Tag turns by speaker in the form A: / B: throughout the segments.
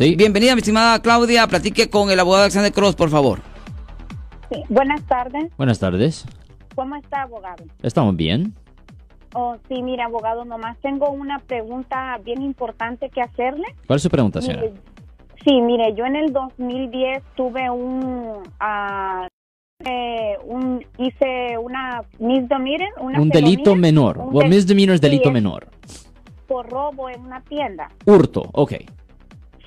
A: Sí, bienvenida, mi estimada Claudia. Platique con el abogado Alexander Cross, por favor.
B: Sí, Buenas tardes.
A: Buenas tardes.
B: ¿Cómo está, abogado?
A: ¿Estamos bien?
B: Oh, sí, mira, abogado, nomás tengo una pregunta bien importante que hacerle.
A: ¿Cuál es su pregunta, señora?
B: Mire, sí, mire, yo en el 2010 tuve un... ah, eh, un hice una misdemeanor, una
A: un delito
B: felonía
A: menor.
B: un
A: Well,
B: del-
A: misdemeanor es
B: sí,
A: delito
B: es-
A: menor.
B: por robo en una tienda.
A: Hurto, ok.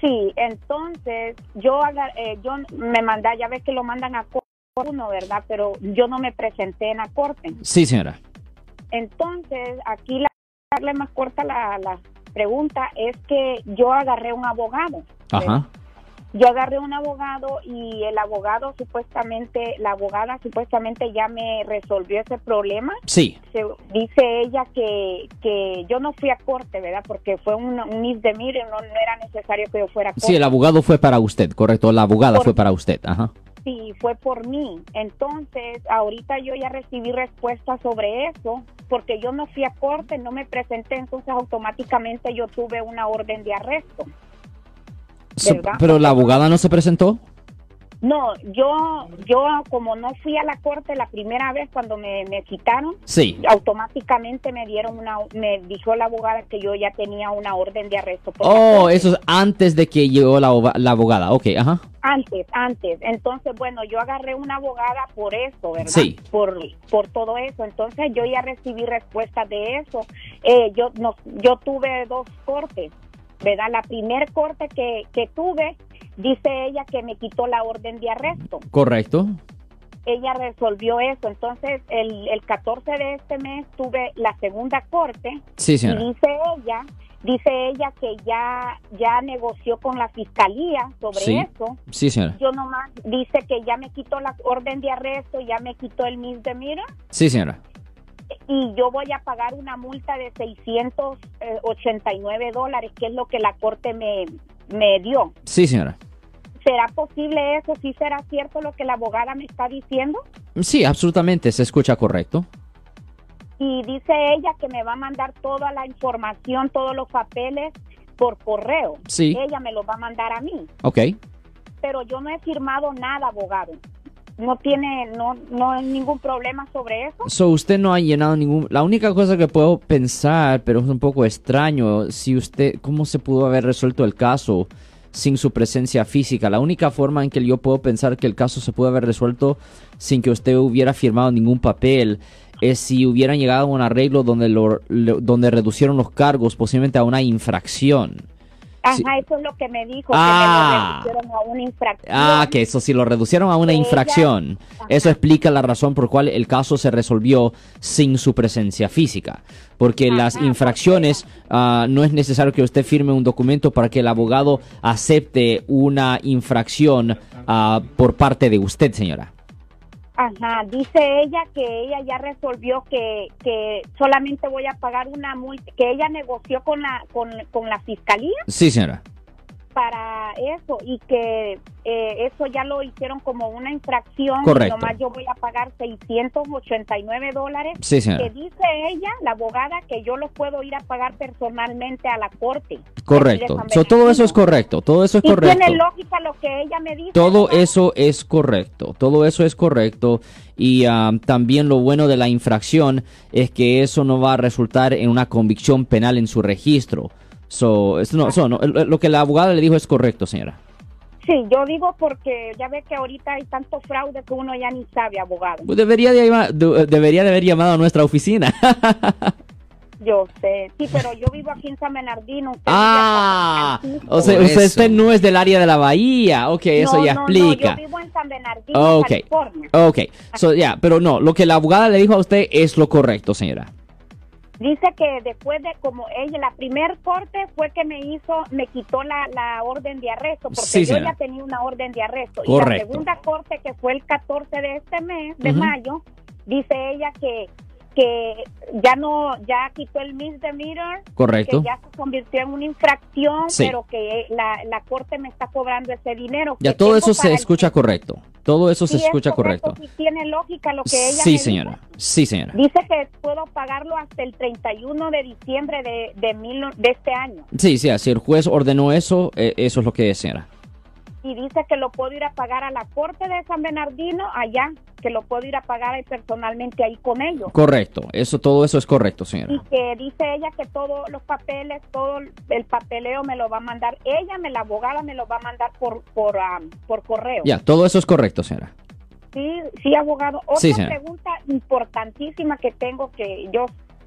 B: Sí, entonces yo agar- eh, yo me manda, ya ves que lo mandan a corte uno, ¿verdad? Pero yo no me presenté en la corte.
A: Sí, señora.
B: Entonces, aquí la darle más corta la, la pregunta es que yo agarré un abogado.
A: Ajá.
B: Yo agarré un abogado y el abogado supuestamente, la abogada supuestamente ya me resolvió ese problema.
A: Sí,
B: Se- dice ella que, que yo no fui a corte, ¿verdad? Porque fue un, un misdemeanor, no, no era necesario que yo fuera a corte.
A: sí, el abogado fue para usted, correcto. La abogada
B: Por-
A: fue para usted, ajá.
B: Sí, fue por mí. Entonces, ahorita yo ya recibí respuesta sobre eso, porque yo no fui a corte, no me presenté, entonces automáticamente yo tuve una orden de arresto.
A: So-
B: ¿Verdad?
A: pero la abogada no se presentó.
B: No, yo, yo como no fui a la corte la primera vez cuando me, me quitaron,
A: Sí.
B: automáticamente me dieron una, me dijo la abogada que yo ya tenía una orden de arresto. por la
A: Oh,
B: corte.
A: eso es antes de que llegó la, ova- la abogada. Ok, ajá.
B: Antes, antes. Entonces, bueno, yo agarré una abogada por eso, ¿verdad?
A: Sí.
B: Por, por todo eso. Entonces, yo ya recibí respuesta de eso. Eh, yo, no, yo tuve dos cortes, ¿verdad? La primer corte que, que tuve, dice ella que me quitó la orden de arresto.
A: Correcto.
B: Ella resolvió eso. Entonces, el, el 14 de este mes tuve la segunda corte
A: Sí,
B: y
A: señora.
B: dice ella, dice ella que ya, ya negoció con la fiscalía sobre
A: Sí.
B: eso
A: Sí, señora.
B: yo nomás dice que ya me quitó la orden de arresto, ya me quitó el misdemeanor
A: Sí, señora.
B: y yo voy a pagar una multa de eh, 689 dólares, que es lo que la corte me, me dio.
A: Sí, señora.
B: ¿Será posible eso? ¿Sí será cierto lo que la abogada me está diciendo?
A: Sí, absolutamente, se escucha correcto.
B: Y dice ella que me va a mandar toda la información, todos los papeles por correo.
A: Sí.
B: Ella me los va a mandar a mí.
A: Ok.
B: pero yo no he firmado nada, abogado. No tiene, no, no hay ningún problema sobre eso.
A: So, usted no ha llenado ningún... La única cosa que puedo pensar, pero es un poco extraño, si usted... ¿Cómo se pudo haber resuelto el caso sin su presencia física? La única forma en que yo puedo pensar que el caso se pudo haber resuelto sin que usted hubiera firmado ningún papel es si hubieran llegado a un arreglo donde, lo- lo- donde reducieron los cargos posiblemente a una infracción.
B: Ajá,
A: Sí.
B: eso es lo que me dijo,
A: Ah.
B: que me lo redujeron a una infracción.
A: Ah, que eso, si lo reducieron a una
B: Ella-
A: infracción, eso explica la razón por cual el caso se resolvió sin su presencia física. Porque las
B: Ajá,
A: infracciones ah, no es necesario que usted firme un documento para que el abogado acepte una infracción ah, por parte de usted, señora.
B: Ajá, dice ella que ella ya resolvió que, que solamente voy a pagar una multa, que ella negoció con la, con, con la fiscalía
A: Sí, señora.
B: para eso y que eh, eso ya lo hicieron como una infracción.
A: Correcto.
B: Y nomás yo voy a pagar 689 dólares
A: Sí,
B: que
A: señora.
B: dice ella, la abogada, que yo lo puedo ir a pagar personalmente a la corte.
A: Correcto.
B: Aquí de San
A: So, todo eso es
B: Bernardino.
A: correcto. Todo eso es
B: Y
A: correcto.
B: tiene lógica lo que ella me dice.
A: Todo
B: ¿verdad?
A: eso es correcto, todo eso es correcto y ah, también lo bueno de la infracción es que eso no va a resultar en una convicción penal en su registro. So, es- no, so, no, lo lo que la abogada le dijo es correcto, señora.
B: Sí, yo digo porque ya ve que ahorita hay tanto fraude que uno ya ni sabe, abogado.
A: Pues Debería de, llama- de- debería de haber llamado a nuestra oficina.
B: Yo sé. Sí, pero yo vivo aquí en San Bernardino. usted
A: ah,
B: vive acá en San Francisco.
A: o sea,
C: Por
A: usted
C: eso.
A: usted no es del área de la bahía. Ok, eso
B: No,
A: ya
B: no, no,
A: explica.
B: yo vivo en San Bernardino,
A: Ok,
B: California.
A: ok. So, yeah, pero no, lo que la abogada le dijo a usted es lo correcto, señora.
B: Dice que después de como ella, la primer corte fue que me hizo, me quitó la, la orden de arresto, porque
A: Sí,
B: yo
A: señora.
B: ya tenía una orden de arresto. Y la
A: Correcto.
B: segunda corte, que fue el 14 de este mes, de
A: Ujú.
B: mayo, dice ella que, que ya no, ya quitó el misdemeanor.
A: Correcto.
B: Que ya se convirtió en una infracción,
A: Sí.
B: pero que la, la corte me está cobrando ese dinero.
A: Ya
B: que
A: todo
B: tengo
A: eso se
B: para el-
A: escucha correcto. Todo eso se
B: Sí, es
A: escucha correcto.
B: sí tiene lógica lo que ella me
A: Sí,
B: dijo.
A: señora. Sí, señora.
B: Dice que puedo pagarlo hasta el 31 de diciembre de, de, mil, no- de este año.
A: Sí, sí, así el juez ordenó eso, eh, eso es lo que es, señora.
B: Y dice que lo puedo ir a pagar a la corte de San Bernardino allá, que lo puedo ir a pagar ahí personalmente ahí con ellos.
A: Correcto, eso, todo eso es correcto,
B: Y
A: señora.
B: que dice ella que todos los papeles, todo el papeleo me lo va a mandar ella, me la abogada me lo va a mandar por por am, por correo.
A: Ya, todo eso es correcto, señora.
B: Sí, sí, abogado. Otra
A: Sí, señora.
B: pregunta importantísima que tengo que yo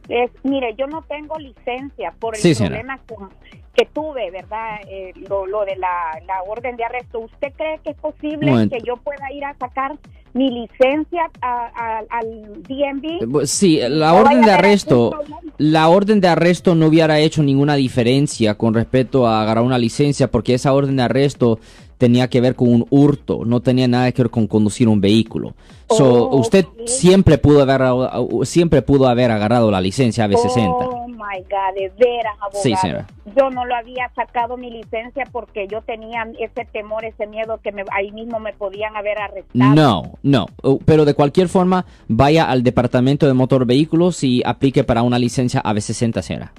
B: es, mire, yo no tengo licencia por el
A: Sí, señora.
B: problema con- que tuve, ¿verdad? Eh, lo, lo de la, la orden de arresto. ¿Usted cree que es posible
A: Momento.
B: que yo pueda ir a sacar mi licencia a- a- al
A: Eh,
B: DMV?
A: bu- Sí, la
B: No
A: orden de
B: vaya a haber
A: arresto,
B: algún problema.
A: la orden de arresto no hubiera hecho ninguna diferencia con respecto a agarrar una licencia, porque esa orden de arresto tenía que ver con un hurto, no tenía nada que ver con conducir un vehículo. So,
B: Oh,
A: usted
B: ok.
A: siempre pudo haber, uh, siempre pudo haber agarrado la licencia AB60.
B: Oh my God, de veras, abogado.
A: Sí, señora.
B: Yo no lo había sacado mi licencia porque yo tenía ese temor, ese miedo que me, ahí mismo me podían haber arrestado.
A: No, no. Uh, Pero de cualquier forma, vaya al departamento de motor vehículos y aplique para una licencia AB60, señora.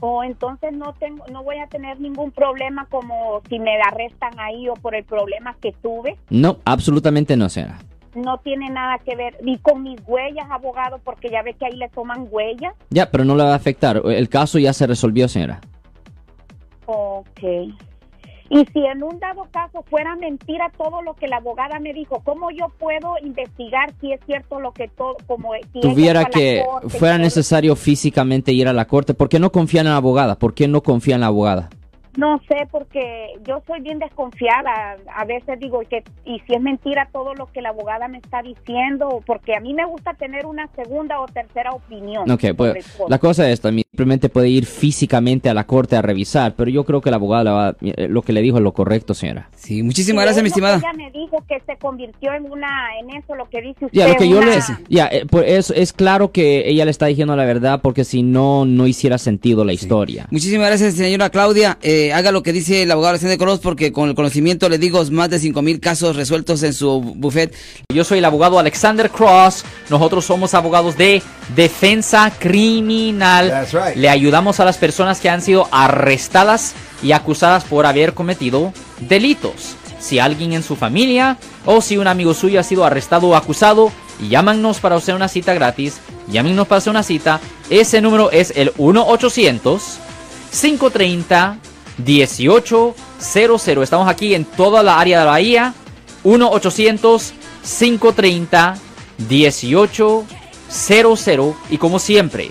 B: O entonces no tengo, no voy a tener ningún problema como si me arrestan ahí o por el problema que tuve.
A: No, absolutamente no, señora.
B: No tiene nada que ver ni con mis huellas, abogado, porque ya ve que ahí le toman huellas.
A: Ya, pero no le va a afectar. El caso ya se resolvió, señora.
B: Ok. Y si en un dado caso fuera mentira todo lo que la abogada me dijo, ¿cómo yo puedo investigar si es cierto lo que todo, como si ella
A: Tuviera
B: fue a la
A: que
B: corte y
A: fuera
B: todo?
A: necesario físicamente ir a la corte. ¿Por qué no confía en la abogada? ¿Por qué no confía en la abogada?
B: No sé, porque yo soy bien desconfiada. A veces digo, que, ¿y si es mentira todo lo que la abogada me está diciendo? Porque a mí me gusta tener una segunda o tercera opinión.
A: Ok,
B: sobre
A: pues
B: cosas.
A: la cosa es esta, mi- simplemente puede ir físicamente a la corte a revisar, pero yo creo que la abogada le va- eh, lo que le dijo es lo correcto, señora.
C: Sí,
B: Y
C: muchísimas gracias, mi
B: es lo que
C: estimada.
B: Ella me dijo que se convirtió en una, en eso, lo que dice usted.
A: Ya, lo que yo
B: una-
A: le... Ya, eh, por eso es claro que ella le está diciendo la verdad porque si no, no hiciera sentido la historia.
C: Muchísimas gracias, señora Claudia. Eh, haga lo que dice el abogado Alexander Colos, porque con el conocimiento, le digo, más de 5 mil casos resueltos en su buffet.
D: Yo soy el abogado Alexander Cross. Nosotros somos abogados de defensa criminal.
E: That's right.
D: Le ayudamos a las personas que han sido arrestadas y acusadas por haber cometido delitos. Si alguien en su familia o si un amigo suyo ha sido arrestado o acusado, llámanos para hacer una cita gratis. Llámenos para hacer una cita. Ese número es el 1 800 530 1800. Estamos aquí en toda la área de la Bahía. 1-800-530-1800. Y como siempre,